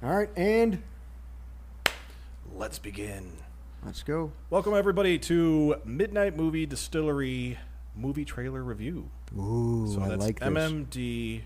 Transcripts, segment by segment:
and Let's begin. let's go. Welcome, everybody, to Midnight Movie Distillery Movie Trailer Review. Ooh, So I that's like this. MMDR.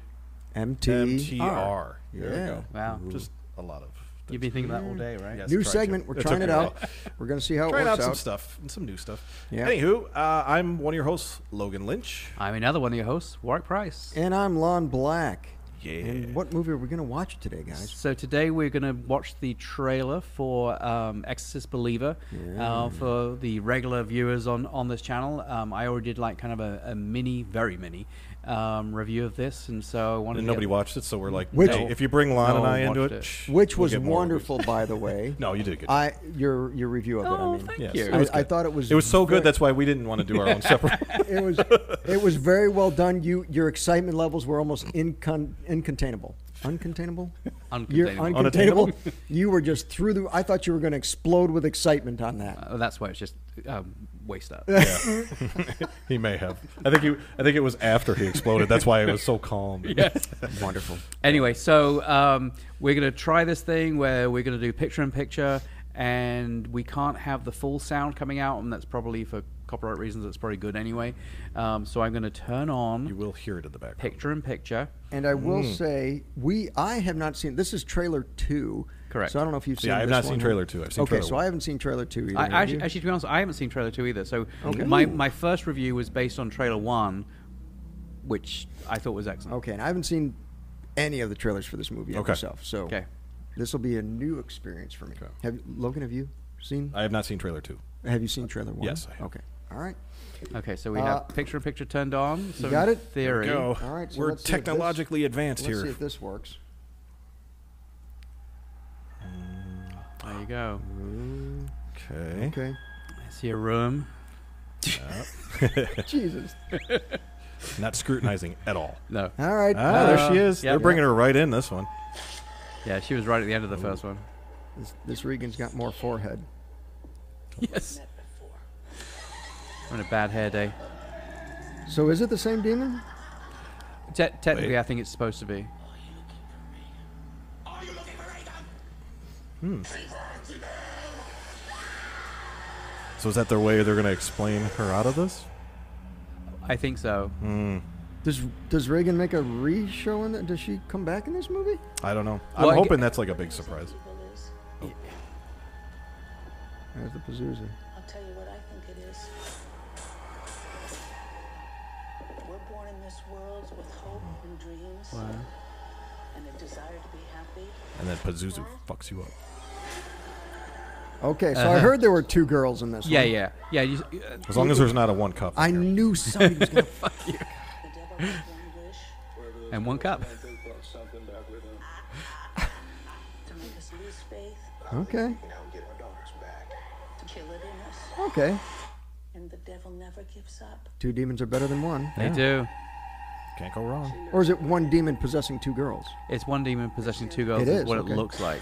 MT. MTR. There we Yeah. go. Wow. Just a lot of. You've been thinking about that all day, right? Yes, New tried to. segment. We're It trying took it me a out. while. We're gonna see how it Trying out works some out. stuff, and some new stuff. Yeah. Anywho, uh, I'm one of your hosts, Logan Lynch. I'm another one of your hosts, Warwick Price. And I'm Lon Black. Yeah. And what movie are we gonna watch today, guys? So today we're going to watch the trailer for um, Exorcist Believer Mm. uh, for the regular viewers on, on this channel. Um, I already did like kind of a, a mini, very mini um, review of this, and so I wanted And to get- nobody watched it, so we're like, Which- hey, if you bring Lon No and I one into watched it, it. shh, Which we'll was get more wonderful, by the way. reviews. No, you did good. I your your review of it. Oh, I mean, thank Yes, you. it I, was I good. thought it was. It was so very- good. That's why we didn't want to do our own separate. it was. It was very well done. You your excitement levels were almost incon, incontainable. Uncontainable. You're Uncontainable. uncontainable. you were just through the. I thought you were going to explode with excitement on that. Uh, that's why it's just um, waste up. Yeah. he may have. I think he. I think it was after he exploded. That's why it was so calm. Wonderful. Anyway, so um, we're going to try this thing where we're going to do picture in picture, and we can't have the full sound coming out, and that's probably for copyright reasons. That's probably good anyway. Um, so I'm going to turn You on will hear it in the background. picture in picture. And I will Mm. say, we I have not seen. This is trailer two. Correct. So I don't know if you've seen. Yeah, I have this not seen one. trailer two. I've seen okay, trailer so one. I haven't seen trailer two either. I, have actually, you? actually, to be honest, I haven't seen trailer two either. So Okay. my my first review was based on trailer one, which I thought was excellent. okay, and I haven't seen any of the trailers for this movie yet Okay. myself. So Okay. this will be a new experience for me. Okay. Have Logan? Have you seen? I have not seen trailer two. have you seen trailer one? Yes, I have. Okay. All right. Okay. so we Uh, have picture in picture turned on. So got in it? Theory. Go. All right, so We're let's see if this- technologically advanced Let's see here. if this works. There you go. Okay. Okay. I see a room. Jesus. Not scrutinizing at all. No. All right. Ah, there she Uh, is. yeah. They're bringing her right in this one. Yeah, she was right at the end of the first one. This, this Regan's got more forehead. Yes. I'm on a bad hair day. So is it the same demon? Te- technically, Wait. I think it's supposed to be. Are you looking for Reagan? So is that their way they're going to explain her out of this? I think so. Does Does Reagan make a re-show in that? Does she come back in this movie? I don't know. Well, I I'm g- hoping that's like a big surprise. There's the Pazuzu. I'll tell you what I think it is. We're born in this world with hope and dreams and a desire to be happy. And then Pazuzu fucks you up. Okay, so I heard there were two girls in this. Uh-huh. Yeah, one. yeah, yeah. You, uh, As long as there's not a one cup. I knew somebody was gonna. The devil has one wish and one cup. to make us lose faith, Okay. Now get our daughters back. to kill it in us, Okay. and the devil never gives up. Two demons are better than one. They do. Can't go wrong. Or is it one demon possessing two girls? It's one demon possessing two girls. It is, is, what okay. it looks like.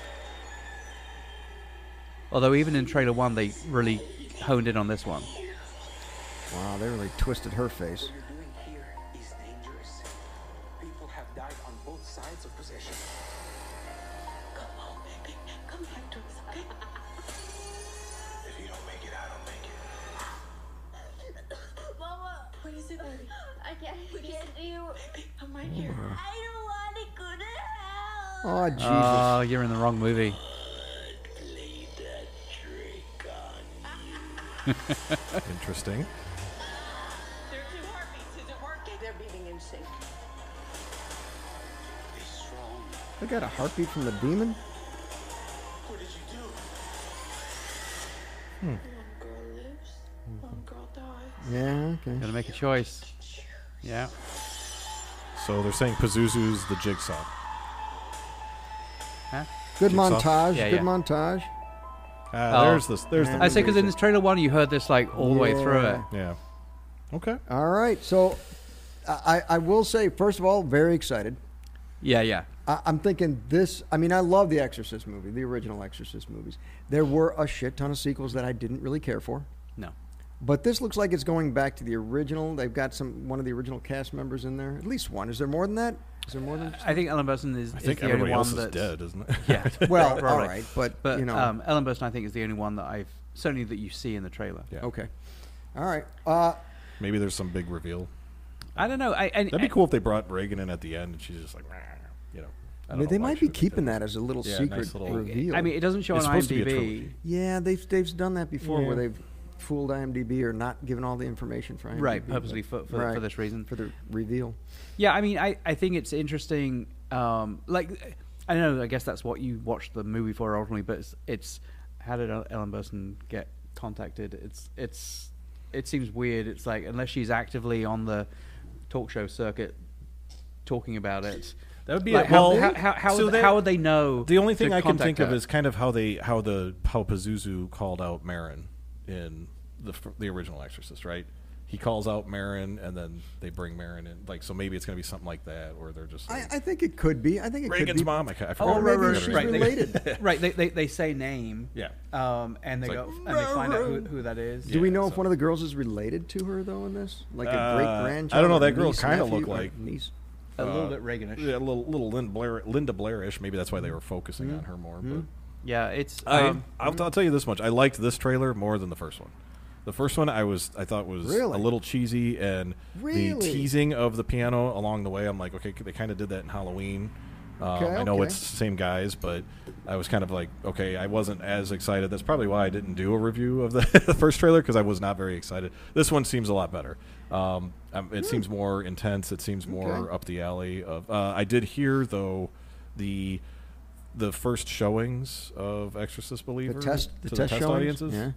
Although even in trailer one, they really honed in on this one. Wow, they really twisted her face. What you're doing here is dangerous. People have died on both sides of possession. Come home, baby. Come back to us, okay? If you don't make it, I don't make it. Mama, What is it, baby? I can't get you. I'm right here. I don't want to go to hell. Oh Jesus. Oh, you're in the wrong movie. Interesting. There are two heartbeats. Is it working? They're beating in sync. Be strong. I got a heartbeat from the demon. What did you do? Hmm. One girl lives, one girl dies. Yeah. Okay. Gotta make a choice. Yeah. So they're saying Pazuzu's the jigsaw. Huh? Good Jigsaw? montage. Yeah, good yeah. montage. Ah, Oh. There's this. There's the. I say because in this trailer one, you heard this like all the way through it. Yeah. Yeah. Okay. All right. So, I I I will say first of all, very excited. Yeah, yeah. I, I'm thinking this. I mean, I love the Exorcist movie, the original Exorcist movies. There were a shit ton of sequels that I didn't really care for, No. but this looks like it's going back to the original. They've got some one of the original cast members in there, at least one. Is there more than that? Is there more than? I think Ellen Burstyn is, I is think the only everybody one else is that's dead, isn't it? Yeah. Well, right, all right, but, But you know, um, Ellen Burstyn, I think, is the only one that I've certainly that you see in the trailer. Yeah. okay, all right. Uh, Maybe there's some big reveal. I don't know. I, I, That'd be cool if they brought Reagan in at the end and she's just like, "Meh," you know. I don't know they why might she be would keeping did that as a little Yeah, nice secret little- reveal. I mean, it doesn't show It's on supposed to be a IMDb. trilogy. yeah, they've they've done that before where Yeah. they've fooled IMDb or not given all the information for IMDb, Right, but- purposely for, for, Right, for this reason. for the reveal. Yeah, I mean, I, I think it's interesting. Um, like, I don't know. I guess that's what you watched the movie for ultimately. But it's, it's how did El- Ellen Burstyn get contacted? It's it's it seems weird. It's like unless she's actively on the talk show circuit talking about it. That would be like, a, how- well, how, how, how, so would, they- how would they know? The only to thing I can contact think of her? is kind of how they how the how Pazuzu called out Marin in the fir- the original Exorcist, right? He calls out Marin, and then they bring Marin in. Like, so maybe it's going to be something like that, or they're just I, like, I think it could be. I think it could Reagan's be. mom. I, ca- I forgot. Oh, her right, name. right, I she's forgot her name. related. right, they, they, they say name. Yeah. Um, and they It's go like, and they find out who, who that is. Do we Yeah, know if so- one of the girls is related to her though in this? Like a Uh, great grandchild? I don't know, or that girl niece, kinda nephew, looked or like- niece. A little bit Reaganish. Yeah, a little little Linda Blair, Linda Blairish. Maybe that's why they were focusing Mm-hmm. on her more. But Yeah, it's. I, um, I'll, I'll tell you this much: I liked this trailer more than the first one. The first one I was I thought was Really? a little cheesy, and Really? the teasing of the piano along the way. I'm like, okay, they kind of did that in Halloween. Um, Okay, I know okay. it's the same guys, but I was kind of like, okay, I wasn't as excited. That's probably why I didn't do a review of the, the first trailer because I was not very excited. This one seems a lot better. Um, um, it seems more intense. It seems more Hmm. Okay. up the alley of. Uh, I did hear though the the first showings of Exorcist Believer test- the to test showings? audiences. Yeah.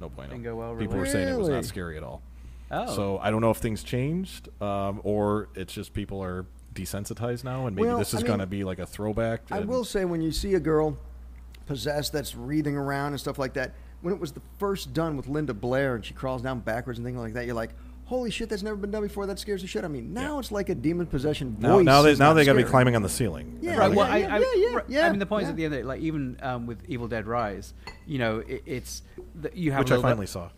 No bueno. Didn't go well, People were really? saying it was Really? not scary at all. Oh. So I don't know if things changed um, or it's just people are desensitized now and maybe Well, this I is mean, going to be like a throwback. I and- will say when you see a girl possessed that's wreathing around and stuff like that, when it was the first done with Linda Blair and she crawls down backwards and things like that, you're like, holy shit, that's never been done before. That scares the shit out of me. Now it's like a demon possession voice. now, now they is now not they got to be scary. climbing on the ceiling. Yeah, And Right. now yeah, they Well, gotta- I, I, yeah, yeah, right, yeah, I mean, the point is yeah. at the end, of it, like even um, with Evil Dead Rise, you know, it, it's the, you have. which a I little finally Bit, saw.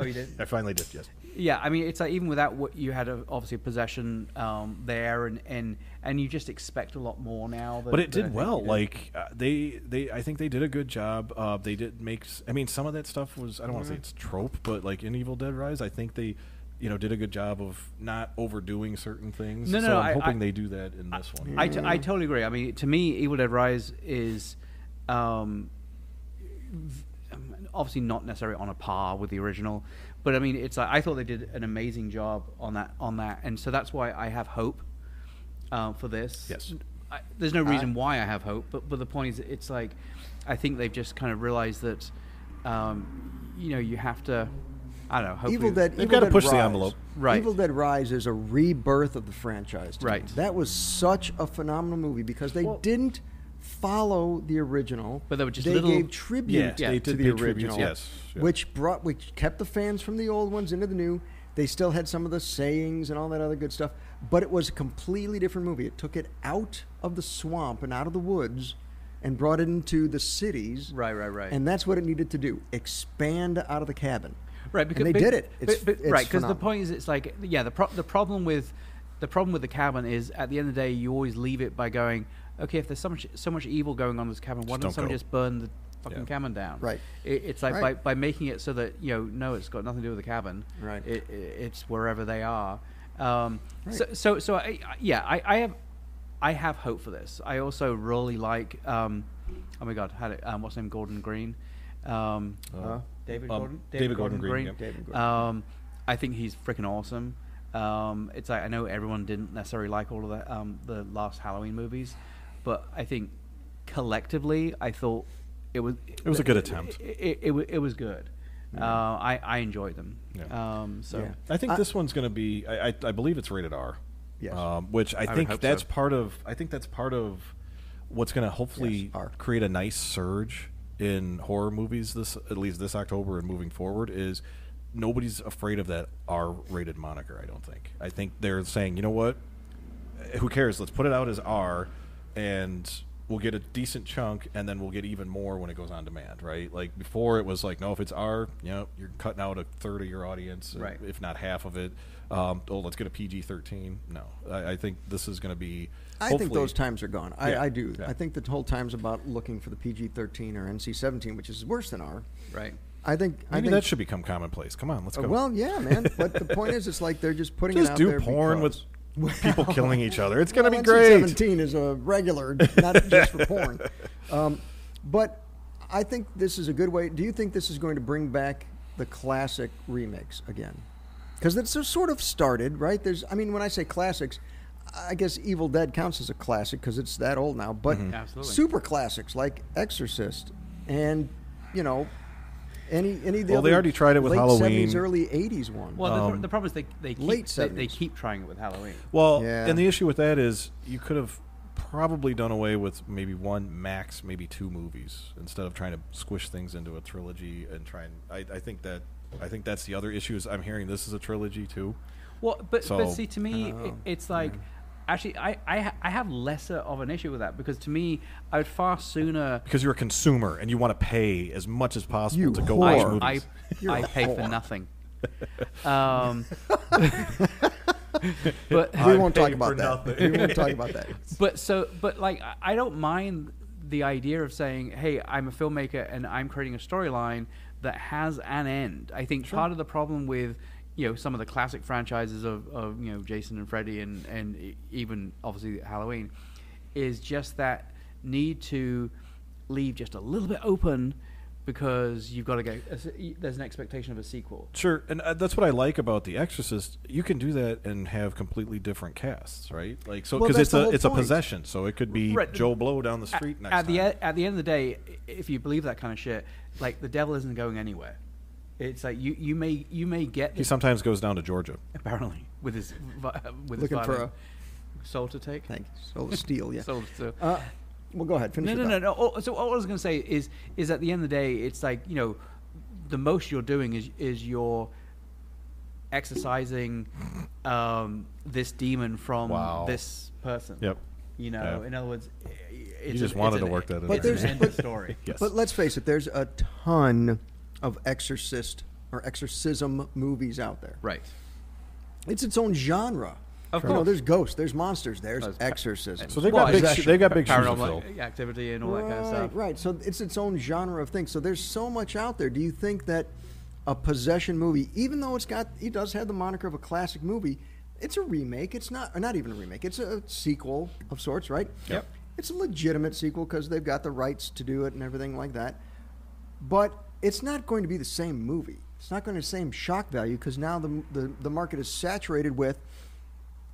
oh, you did. I finally did. Yes. Yeah, I mean, it's like even without what you had, uh, obviously possession um, there, and, and and you just expect a lot more now. Than, but it than did I think well. you did. Like uh, they, they, I think they did a good job. Uh, they did make. s- I mean, some of that stuff was. I don't want to say it's trope, but like in Evil Dead Rise, I think they, you know, did a good job of not overdoing certain things. No, no, so no, I'm I- hoping I- they do that in this one. I, t- I totally agree. I mean, to me, Evil Dead Rise is um, v- um, obviously not necessarily on a par with the original, but I mean, it's like, I thought they did an amazing job on that on that, and so that's why I have hope um, for this. Yes. I, there's no reason why I have hope, but but the point is, it's like I think they've just kind of realized that um, you know you have to. I don't know. Hopefully, Evil Dead. They've Evil gotta Dead push the Rise. envelope. Right. Evil Dead Rise is a rebirth of the franchise. to me. Right. That was such a phenomenal movie because they didn't follow the original, But they were just they little- gave tribute Yeah, they to did the pay tribute, original. yes, yeah. Which brought, which kept the fans from the old ones into the new. They still had some of the sayings and all that other good stuff, but it was a completely different movie. It took it out of the swamp and out of the woods, and brought it into the cities. Right, right, right. And that's what it needed to do: expand out of the cabin. right because and they but- did it. It's, but, but, it's right because the phenomenal. point is it's like yeah the pro- the problem with the problem with the cabin is at the end of the day you always leave it by going okay if there's so much so much evil going on in this cabin why Just don't don't someone go. just burn the fucking Yeah. cabin down Right. it, it's like Right. by, by making it so that you know no it's got nothing to do with the cabin Right. it, i it's wherever they are um, so Right. so so I, I- yeah I, I have I have hope for this I also really like um, oh my god had it um, what's his name Gordon Green um, Uh, David um, Gordon. David Gordon Green, yeah. David Gordon Um, I think he's freaking awesome. Um, it's like I know everyone didn't necessarily like all of the um, the last Halloween movies, but I think collectively, I thought it was it was a good attempt. It it, it, wa- it was good. Uh, I I enjoyed them. Yeah. Um, so Yeah. I think I- this one's going to be. I, I, I believe it's rated R. Yes. Um, which I, would think hope that's so. part of. I think that's part of what's going to hopefully Yes, R. create a nice surge in horror movies. This at least this October and moving forward is nobody's afraid of that R-rated moniker. I don't think. I think they're saying, you know what, who cares? Let's put it out as R, and we'll get a decent chunk, and then we'll get even more when it goes on demand, right? Like before, it was like, no, if it's our, you know, you're cutting out a third of your audience, uh, Right. if not half of it. Um, oh, let's get a PG-13. No, I, I think this is going to be. I think hopefully- those times are gone. I, Yeah, I do. yeah. I think the whole time's about looking for the PG thirteen or NC seventeen, which is worse than R. right? I think. I Maybe think that should become commonplace. Come on, let's Uh, go. Well, yeah, man. But the point is, it's like they're just putting it just out do there porn because- with people killing each other. It's going to Well, be great. NC-17 is a regular, not just for porn. Um, but I think this is a good way. Do you think this is going to bring back the classic remakes again? Because that's so- sort of started, right? There's, I mean, when I say classics, I guess Evil Dead counts as a classic because it's that old now. But Mm-hmm. Absolutely. super classics like Exorcist and you know any any of the Well, they other already tried it with late Halloween. Uh, 70s, early '80s one. Well, the, Um, the problem is they they keep, late they, they 70s. keep trying it with Halloween. Well, Yeah. and the issue with that is you could have probably done away with maybe one max, maybe two movies instead of trying to squish things into a trilogy and trying. I, I think that I think that's the other issue is I'm hearing this is a trilogy too. Well, but, So- but see, to me, it, it's like actually, I, I ha- I have lesser of an issue with that because to me, I would far sooner. Because you're a consumer and you want to pay as much as possible You to go whore. watch I movies. I, I pay for nothing. Um, but we won't talk paid for about that. nothing. We won't talk about that. but so but like I- I don't mind the idea of saying, "Hey, I'm a filmmaker and I'm creating a storyline that has an end." I think part of the problem with you know some of the classic franchises of, of you know Jason and Freddy and and e- even obviously Halloween is just that need to leave just a little bit open because you've got to go there's an expectation of a sequel. Sure, and uh, that's what I like about The Exorcist. You can do that and have completely different casts, right? Like so, Well, because that's it's the a whole it's a point. possession, so it could be Right. Joe Blow down the street at, next at time. the e- at the end of the day, i- if you believe that kind of shit, like the devil isn't going anywhere. It's like you, you may you may get he this, sometimes goes down to Georgia. apparently with his vi- uh, with Looking his for violin. soul to take. Thank you. So steel, yeah. Soul to Uh, well, go ahead. Finish. no, your no, no, thought. no. Oh, so all I was going to say is is at the end of the day, it's like you know, the most you're doing is is you're exercising um, this demon from Wow. this person. Yep. You know, Yeah. in other words, i- i- it's an- just it's wanted an- e, to work that in But it's there. an end of story. Yes. But let's face it. There's a ton of exorcist or exorcism movies out there. Right. It's its own genre. Of You know, course. there's ghosts, there's monsters, there's There's- exorcism. So they've got Well, big. it's Sh- they've got big shoes to paranormal fill. activity and all that kind of right, stuff. Right. So it's its own genre of things. So there's so much out there. Do you think that a possession movie, even though it's got it does have the moniker of a classic movie, it's a remake. It's not or not even a remake. It's a sequel of sorts, right? Yep. It's a legitimate sequel because they've got the rights to do it and everything like that. But it's not going to be the same movie. It's not going to be the same shock value because now the, the the market is saturated with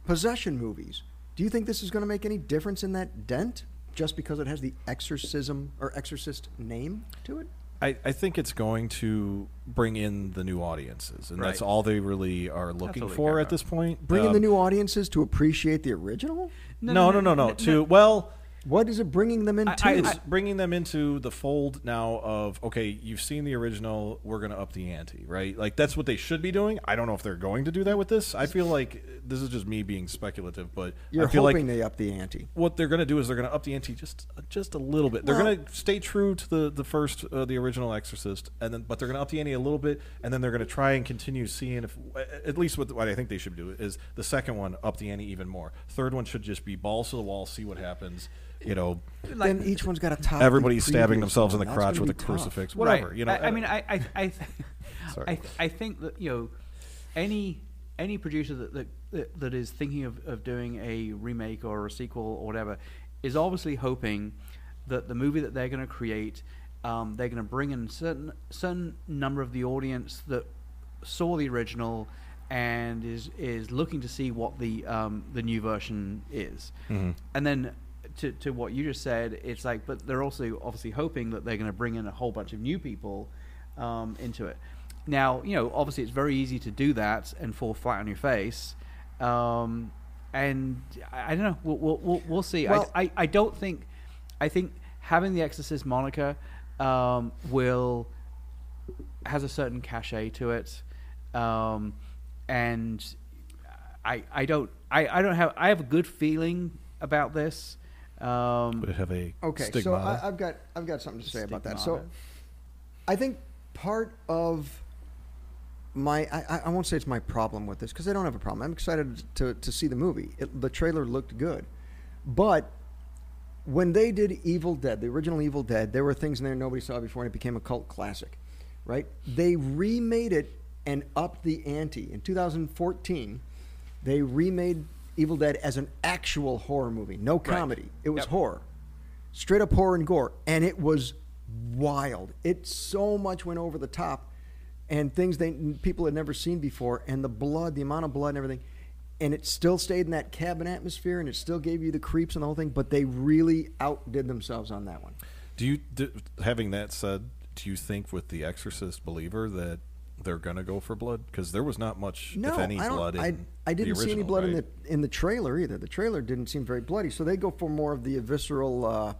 possession movies. Do you think this is going to make any difference in that dent just because it has the exorcism or exorcist name to it? I, I think it's going to bring in the new audiences, and that's Right. all they really are looking all they for care at about. this point. Bringing Um, the new audiences to appreciate the original? No, no, no, no. To well, What is it bringing them into? it's bringing them into the fold now of okay, you've seen the original, we're going to up the ante, right? Like that's what they should be doing. I don't know if they're going to do that with this. I feel like this is just me being speculative, but You're I feel hoping like they up the ante. what they're going to do is they're going to up the ante just just a little bit. They're Well- going to stay true to the the first uh, the original Exorcist, and then but they're going to up the ante a little bit, and then they're going to try and continue seeing if at least what, what I think they should do is the second one up the ante even more. Third one should just be balls to the wall, see what happens. You know, then each one's got a top. everybody's stabbing themselves in the crotch with a crucifix, whatever. Right. You know, uh, I, I mean, I, I, I, th- Sorry. I, th- I think that you know, any any producer that that- that, that is thinking of, of doing a remake or a sequel or whatever is obviously hoping that the movie that they're going to create, um, they're going to bring in certain certain number of the audience that saw the original and is is looking to see what the um, the new version is, and then to, to what you just said, it's like, but they're also obviously hoping that they're going to bring in a whole bunch of new people um, into it. Now, you know, obviously it's very easy to do that and fall flat on your face. Um, and I, I don't know, we'll, we'll, we'll, we'll see. Well- I, I, I don't think, I think having the Exorcist moniker um, will has a certain cachet to it, um, and I I don't I, I don't have I have a good feeling about this, Um, Would it have a Okay, stigma? so uh, I, I've got I've got something to say about that. So, Stigmata. I think part of my I, I- I won't say it's my problem with this because I don't have a problem. I'm excited to to see the movie. It, the trailer looked good, but when they did Evil Dead, the original Evil Dead, there were things in there nobody saw before, and it became a cult classic, right? They remade it and upped the ante in 2014. They remade Evil Dead as an actual horror movie, no comedy. It was Yep. horror, straight up horror and gore, and it was wild. It so much went over the top, and things they people had never seen before, and the blood, the amount of blood, and everything and it still stayed in that cabin atmosphere and it still gave you the creeps and the whole thing but they really outdid themselves on that one do you do, having that said, do you think with the Exorcist believer that they're gonna go for blood? Because there was not much, no if any, I, don't, blood. In I, I didn't the see any original, blood in right? the in the trailer either the trailer didn't seem very bloody so they go for more of the visceral uh,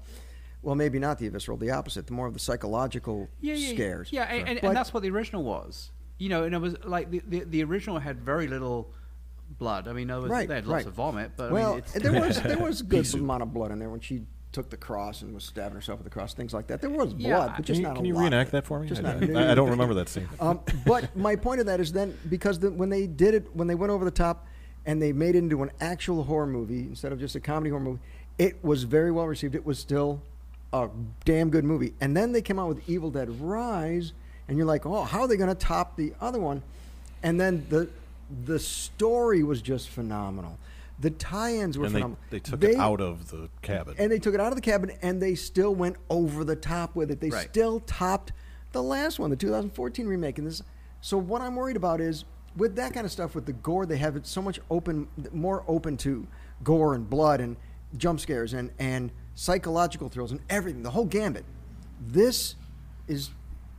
well maybe not the visceral the opposite the more of the psychological yeah, yeah, yeah. scares Yeah, and, and, But- and that's what the original was. You know, and it was like the, the, the original had very little blood. I mean, there was, right they had right. lots of vomit, but well I mean, it's, there was there was a good amount of blood in there when she took the cross and was stabbing herself with the cross things like that there was Yeah, blood but I- Can just you, not can a you lot. reenact that for me? Just I, not I- I don't remember that scene. Um, but my point of that is then because the, when they did it, when they went over the top, and they made it into an actual horror movie instead of just a comedy horror movie, it was very well received. It was still a damn good movie. And then they came out with Evil Dead Rise, and you're like, oh, how are they going to top the other one? And then the the story was just phenomenal. The tie-ins were and they, phenomenal. they took it out of the cabin. And they took it out of the cabin and they still went over the top with it. They Right. still topped the last one, the 2014 remake. And this, so what I'm worried about is with that kind of stuff, with the gore, they have it so much open, more open to gore and blood and jump scares and and psychological thrills and everything, the whole gambit. This is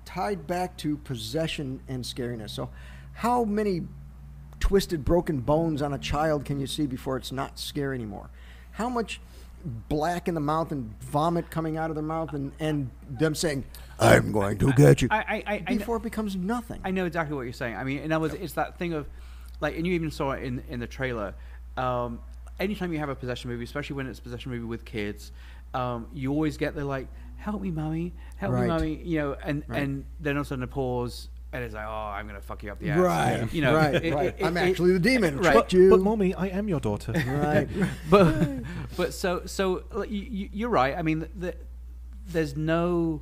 tied back to possession and scariness. So, how many twisted, broken bones on a child can you see before it's not scary anymore? How much black in the mouth and vomit coming out of their mouth and, and them saying, I'm going to get you, I, I, I, I, before it becomes nothing. I know exactly what you're saying. I mean, in other words, it's that thing of, like, and you even saw it in in the trailer. Um, anytime you have a possession movie, especially when it's a possession movie with kids, um, you always get the like, "Help me, mummy! Help Right. me, mummy!" You know, and and then all of a sudden a pause, and it's like, "Oh, I'm gonna fuck you up the ass." Right, You know, right, it- right. it- I'm it- actually the demon. right. Tricked you. mommy, I am your daughter. right. but but so so like, you- you, you're right. I mean, the, there's no,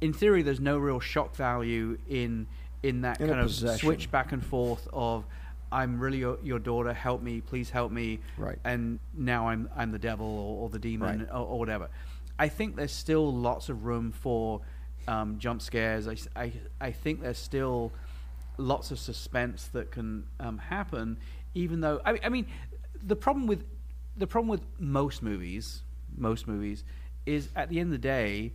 in theory, there's no real shock value in in that In a kind of possession. switch back and forth of I'm really your, your daughter. Help me, please help me. Right. And now I'm I'm the devil or, or the demon Right. or, or whatever. I think there's still lots of room for um, jump scares. I, s- I- I think there's still lots of suspense that can um, happen, even though I, mean- I mean the problem with the problem with most movies, most movies, is at the end of the day,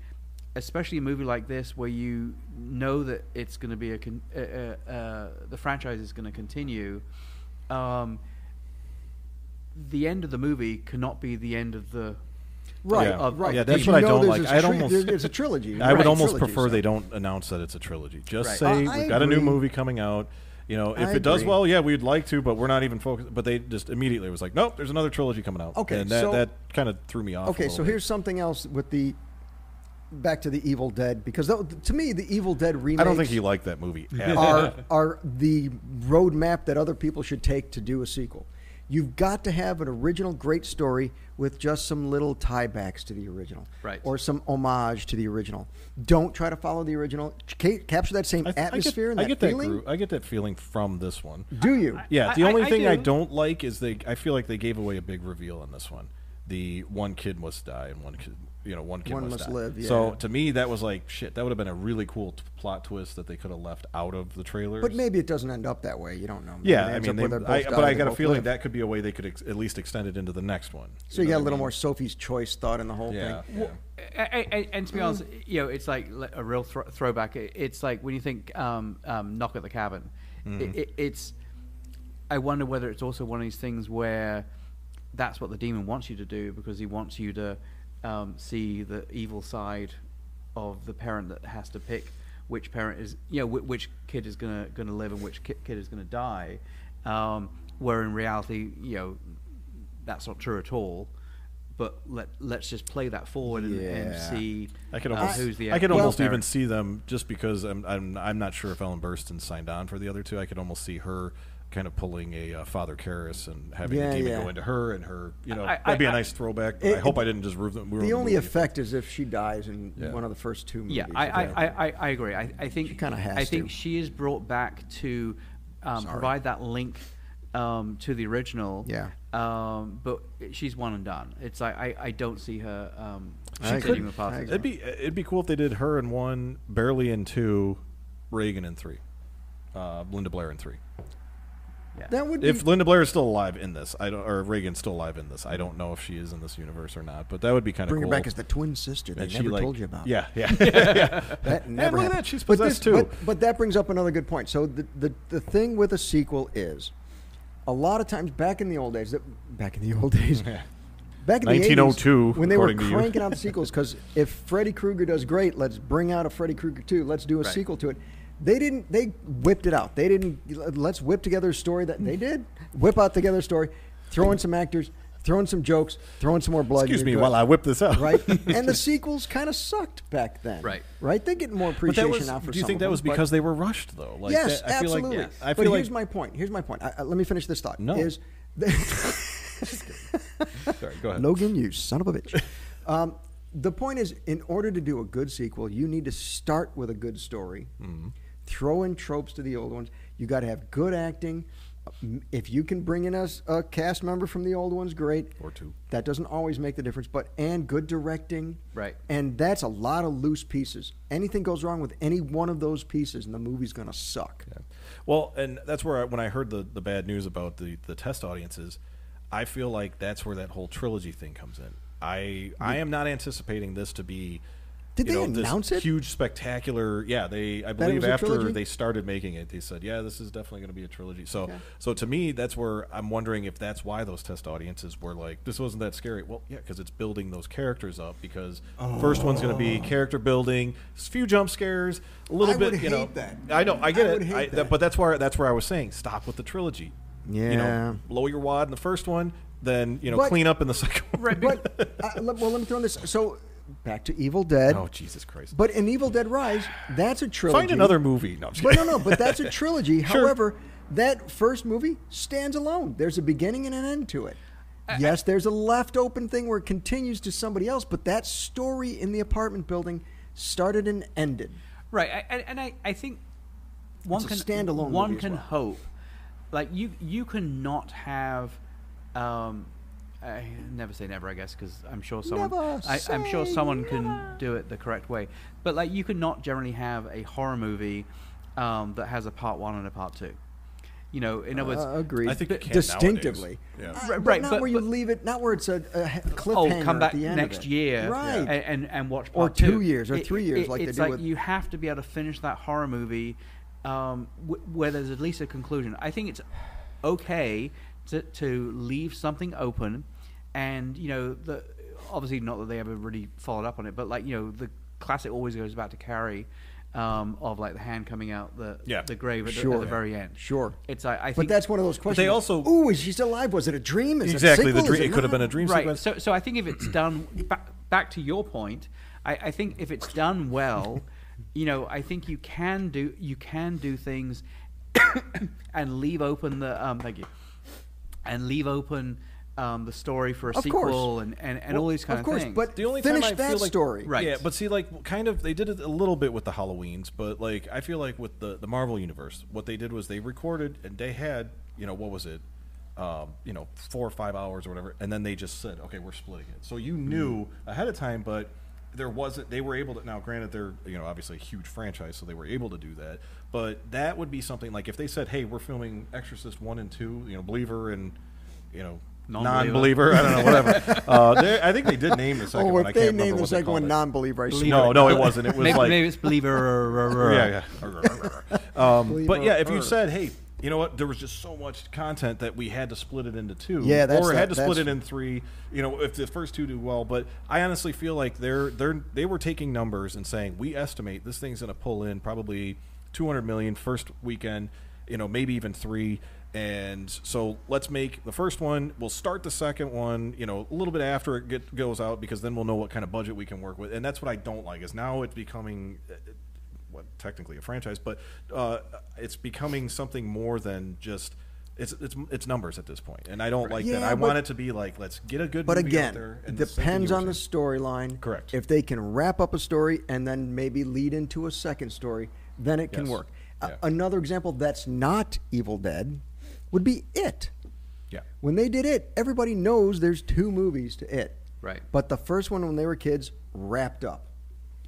especially a movie like this where you know that it's going to be a con- uh, uh, uh, the franchise is going to continue. Um, the end of the movie cannot be the end of the Right, Yeah. of- right. Yeah, Because that's you what I know don't there's like. a I'd tri- almost- there- it's a trilogy. I Right. would almost Trilogy, prefer so. they don't announce that it's a trilogy. Just Right. say Uh, I we've got a new agree. movie coming out. You know, if I it does agree. well, yeah, we'd like to, but we're not even focused. But they just immediately was like, nope, there's another trilogy coming out. Okay, and that, so- that kind of threw me off. a Okay, little so bit. here's something else with the back to the Evil Dead because that, to me the Evil Dead remake. I don't think he liked that movie. At all. are are the roadmap that other people should take to do a sequel. You've got to have an original great story with just some little tiebacks to the original, Right. Or some homage to the original. Don't try to follow the original. Ca- capture that same I th- atmosphere I get, I and that get that feeling. gro- I get that feeling from this one. do you? Yeah, I- the I- only I thing I do. don't like is they. I feel like they gave away a big reveal on this one. The one kid must die, and one kid, you know, one kid One must, must die. live, So yeah. to me, that was like shit. That would have been a really cool t- plot twist that they could have left out of the trailer. but maybe it doesn't end up that way. You don't know. Maybe Yeah, it I ends mean, up where they, they're both I, die, but I they got a both feeling live. that could be a way they could ex- at least extend it into the next one. So you got a know what I little mean? more Sophie's Choice thought in the whole Yeah, thing. yeah. and, and, and Mm. to be honest, you know, it's like li- a real thro- throwback. It- It's like when you think um, um, "Knock at the Cabin," Mm-hmm. it, it, it's. I wonder whether it's also one of these things where that's what the demon wants you to do because he wants you to um, see the evil side of the parent that has to pick which parent is you know whi- which kid is gonna gonna live and which ki- kid is gonna die. Um, where in reality, you know, that's not true at all But let let's just play that forward and, and Yeah. see. I could uh, almost, who's the I could actor. almost even see them just because I'm, I'm, I'm not sure if Ellen Burstyn signed on for the other two. I could almost see her kind of pulling a uh, Father Karras and having Yeah, the demon yeah. go into her and her, you know, I- that'd be a I- nice throwback. But It- I hope it- I didn't just ruin the, ruin The only movie. effect is if she dies in Yeah. one of the first two movies. Yeah, I, I, if that- I, I, I agree. I, I think She kinda has I think to. she is brought back to um, Sorry. provide that link um, to the original. Yeah. Um, but she's one and done. It's like I, I don't see her. Um, I agree. continuing with I Parsons. agree. It'd be it'd be cool if they did her in one, Barely in two, Reagan in three, uh, Linda Blair in three. that would If be, Linda Blair is still alive in this, I don't, or if Reagan's still alive in this, I don't know if she is in this universe or not. But that would be kind of bring cool. her back as the twin sister they And she, never like- told you about. Yeah, yeah, yeah. That never look at happened. that, she's But possessed this- too. But, but that brings up another good point. So the, the, the thing with a sequel is, a lot of times back in the old days, that back in the old days, back in the 1902, 80s, when they were according to you. cranking out the sequels, because if Freddy Krueger does great, let's bring out a Freddy Krueger 2, let's do a Right. sequel to it. They didn't. They whipped it out. They didn't. Let's whip together a story that they did. Whip out together a story, throw in some actors, throw in some jokes, throw in some more blood. Excuse you're me good. while I whip this up. right? and the sequels kind of sucked back then, Right. Right? They get more But appreciation that was, now for. do you some think of that them, was but- because they were rushed though? Like yes, that- I feel absolutely. Like, I feel but like here's my point. Here's my point. I, I- let me finish this thought. No. Is Sorry, go ahead. Logan, you son of a bitch. Um, the point is, in order to do a good sequel, you need to start with a good story. Mm-hmm. Throw in tropes to the old ones. You got to have good acting. If you can bring in a, s- a cast member from the old ones, great. Or two. That doesn't always make the difference, but and good directing. Right. And that's a lot of loose pieces. Anything goes wrong with any one of those pieces, and the movie's going to suck. Well, and that's where I, when I heard the, the bad news about the, the test audiences, I feel like that's where that whole trilogy thing comes in. I I am not anticipating this to be. Did you they know, this announce it? Huge spectacular. Yeah, they. I it believe was a after trilogy? they started making it, they said, "Yeah, this is definitely going to be a trilogy." So, so to me, that's where I'm wondering if that's why those test audiences were like, "This wasn't that scary." Well, yeah, because it's building those characters up. Because first one's going to be character building, s- few jump scares, a little Oh. I bit. would you know, hate that. I know, I get I it. would hate I, that. that. but that's where that's where I was saying stop with the trilogy. You Yeah. know, blow your wad in the first one, then you know But- clean up in the second one. Right, But uh, let- well, let me throw in this. So, back to Evil Dead. oh Jesus Christ! But in Evil Dead Rise, that's a trilogy. Find another movie. No, I'm just But no, kidding. no, but that's a trilogy. Sure. However, that first movie stands alone. There's a beginning and an end to it. Uh, yes, there's a left open thing where it continues to somebody else, but that story in the apartment building started and ended. Right, I, and, and I, I think one a can standalone one movie as can well. hope, like you you cannot have, um, I never say never, I guess, because I'm sure someone Never I, I'm sure say someone never. can do it the correct way, but like you cannot generally have a horror movie um, that has a part one and a part two. You know, in other words, Uh, agreed. I think you can distinctively. nowadays. Yeah. Uh, Right, but right, not but- where you but- leave it. Not where it's a, a he- oh, cliffhanger come back at the end of next it. year, right? And, and, and watch Or part two years or three years like they it's do like with- you have to be able to finish that horror movie um, w- where there's at least a conclusion. I think it's okay to to leave something open, and you know the obviously not that they ever really followed up on it, but like you know the classic always goes back to Carrie. Um, of like the hand coming out the Yeah. the grave at, Sure. the, at the very end. Sure. it's I, I think But that's one of those questions. they also- ooh, is she still alive? Was it a dream? Is exactly. It, The a sequel? Is dream, it could have been a not? dream right. sequence. So, so I think if it's done back, back to your point, I, I think if it's done well, you know, I think you can do you can do things and leave open the um, thank you, and leave open um, the story for a Of sequel course. and, and, and all Well, these kind of of, course, things. but- the only Finish time I that feel like, story. Right. Yeah, but see, like, kind of, they did it a little bit with the Halloweens, but like, I feel like with the the Marvel universe, what they did was they recorded and they had, you know, what was it, um, you know, four or five hours or whatever, and then they just said, okay, we're splitting it. So you Mm. knew ahead of time, but there wasn't. They were able to. Now, granted, they're you know obviously a huge franchise, so they were able to do that. But that would be something like if they said, hey, we're filming Exorcist one and two, you know, Believer and you know. Non-believer. Non-believer, I don't know, whatever. uh, they- I think they did name the second Oh, one. if I they can't remember named the what they second one called it. non-believer, I swear No, to no, God. it wasn't. It was maybe, like maybe it's believer. yeah, yeah. um, but yeah, if Believer. you said, hey, you know what? There was just so much content that we had to split it into two. Yeah, that's or that- had to split that's- it in three. You know, if the first two do well, but I honestly feel like they're they're they were taking numbers and saying we estimate this thing's going to pull in probably 200 million first weekend. You know, maybe even three. And so let's make the first one. We'll start the second one, you know, a little bit after it get, goes out because then we'll know what kind of budget we can work with. And that's what I don't like is now it's becoming, uh, well, technically a franchise, but uh, it's becoming something more than just it's it's it's numbers at this point. And I don't like that. Yeah, I but- want it to be like let's get a good. But movie out again, there it and the same thing depends you were on the saying. storyline. Correct. If they can wrap up a story and then maybe lead into a second story, then it can Yes. work. A- Yeah. another example that's not Evil Dead would be It. Yeah. When they did It, everybody knows there's two movies to It. Right. But the first one, when they were kids, wrapped up.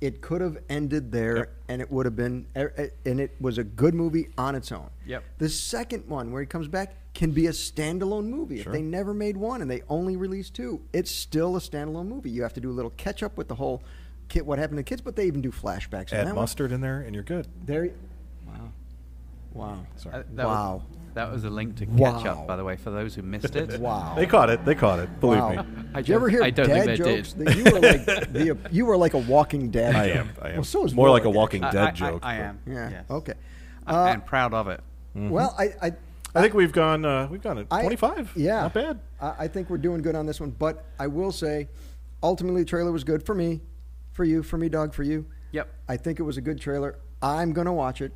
It could have ended there, Yep. and it would have been, er- er- and it was a good movie on its own. Yep. The second one, where he comes back, can be a standalone movie. If Sure. they never made one and they only released two, it's still a standalone movie. You have to do a little catch up with the whole kid, what happened to kids, but they even do flashbacks. on Add that mustard in there and you're good. One. There. Wow. Wow. Sorry. Uh, that was- Wow. that was a link to catch Wow. up, by the way, for those who missed it. Wow. They caught it. They caught it. Believe Wow. me. I Did you ever don't- hear I don't think dad they jokes? did. That you were like the, you were like a walking dad. I joke. am. I am. Well, so is more like a Warwick, Walking I- Dead I, I- joke. I, but- am. actually. Yeah. Yes. Okay. I'm- Uh, and proud of it. Mm-hmm. Well, I, I, I think we've gone. Uh, we've gone at I- twenty five. Yeah, not bad. I, I think we're doing good on this one, but I will say, ultimately, the trailer was good for me, for you, for me, dog, for you. Yep. I think it was a good trailer. I'm gonna watch it.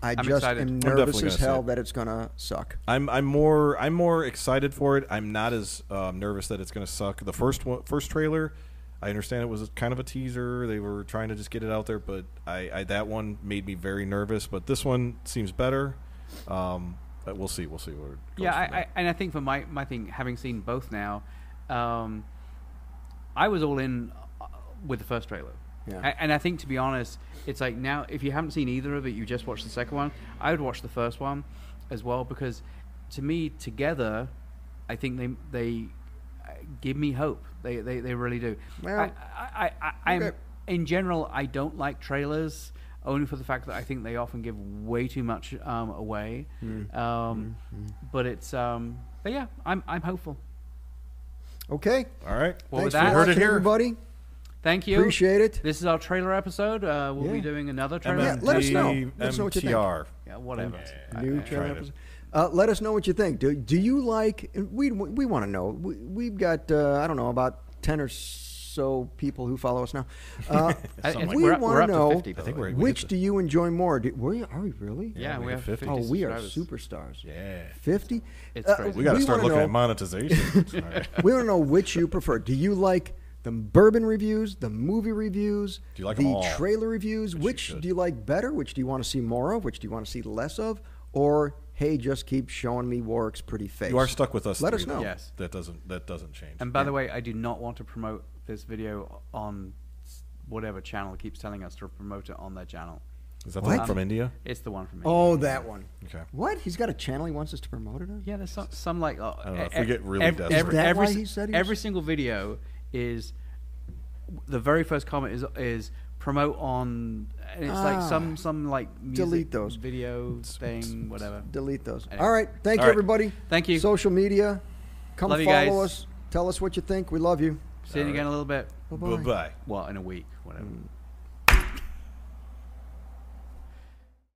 I I'm just excited. am I'm nervous definitely as gonna see hell it. that it's gonna suck. I'm I'm more I'm more excited for it. I'm not as um, nervous that it's going to suck. The first one, first trailer, I understand it was kind of a teaser. They were trying to just get it out there, but I, I that one made me very nervous. But this one seems better. Um, but we'll see. We'll see where. It goes Yeah, I, from there. I, and I think for my my thing, having seen both now, um, I was all in uh, with the first trailer. Yeah. A- And I think, to be honest, it's like now if you haven't seen either of it, you just watched the second one. I would watch the first one as well because, to me, together, I think they they uh, give me hope. They they, they really do. Well, I, I, I, I, I'm okay. in general, I don't like trailers only for the fact that I think they often give way too much um, away. Hmm. Um, But it's um, but yeah, I'm I'm hopeful. Okay. All right. Well, Thanks with for that- You heard it watching, here. everybody. Thank you. Appreciate it. This is our trailer episode. Uh, we'll be Yeah. doing another trailer. Yeah, let us episode. know. MMT, Let us know what you think. MTR. Yeah, whatever. New I tried trailer it. episode. Uh, let us know what you think. Do, do you like? We we want to know. We, we've got uh, I don't know about ten or so people who follow us now. Uh, I- I we think we're up- we're wanna up to know 50, by I think the way. we're- we which hit do you enjoy more. Do, were you, are we really? yeah, we we hit have 50. 50 Oh, we are subscribers. superstars. Yeah. Fifty. Uh, It's crazy. We got to start wanna looking know- at monetization. All right. we want to know which you prefer. Do you like the bourbon reviews, the movie reviews, Do you like the 'em all? trailer reviews? Which, should. do you like better? Which do you want to see more of? Which do you want to see less of? Or hey, just keep showing me Warwick's pretty face. You are stuck with us. Let three, us know. though. Yes. That doesn't that doesn't change. And by the way, I do not want to promote this video on s- whatever channel keeps telling us to promote it on their channel. Um, Is that the What? one from India? It's the one from me. Oh, that one. Okay. What? He's got a channel he wants us to promote it on? Yeah, there's some, some like. Uh, don't know, if we get really ev- desperate. Is that why si- he said he every was- single video is the very first comment is is promote on. And it's like Ah. some some like music Delete those. video thing whatever. Delete those. Anyway. All right. Thank All you, right. everybody. Thank you. Social media. Come Love you follow guys. us. Tell us what you think. We love you. Oh. See you again in a little bit. Bye bye. Mm. Well, in a week, whatever.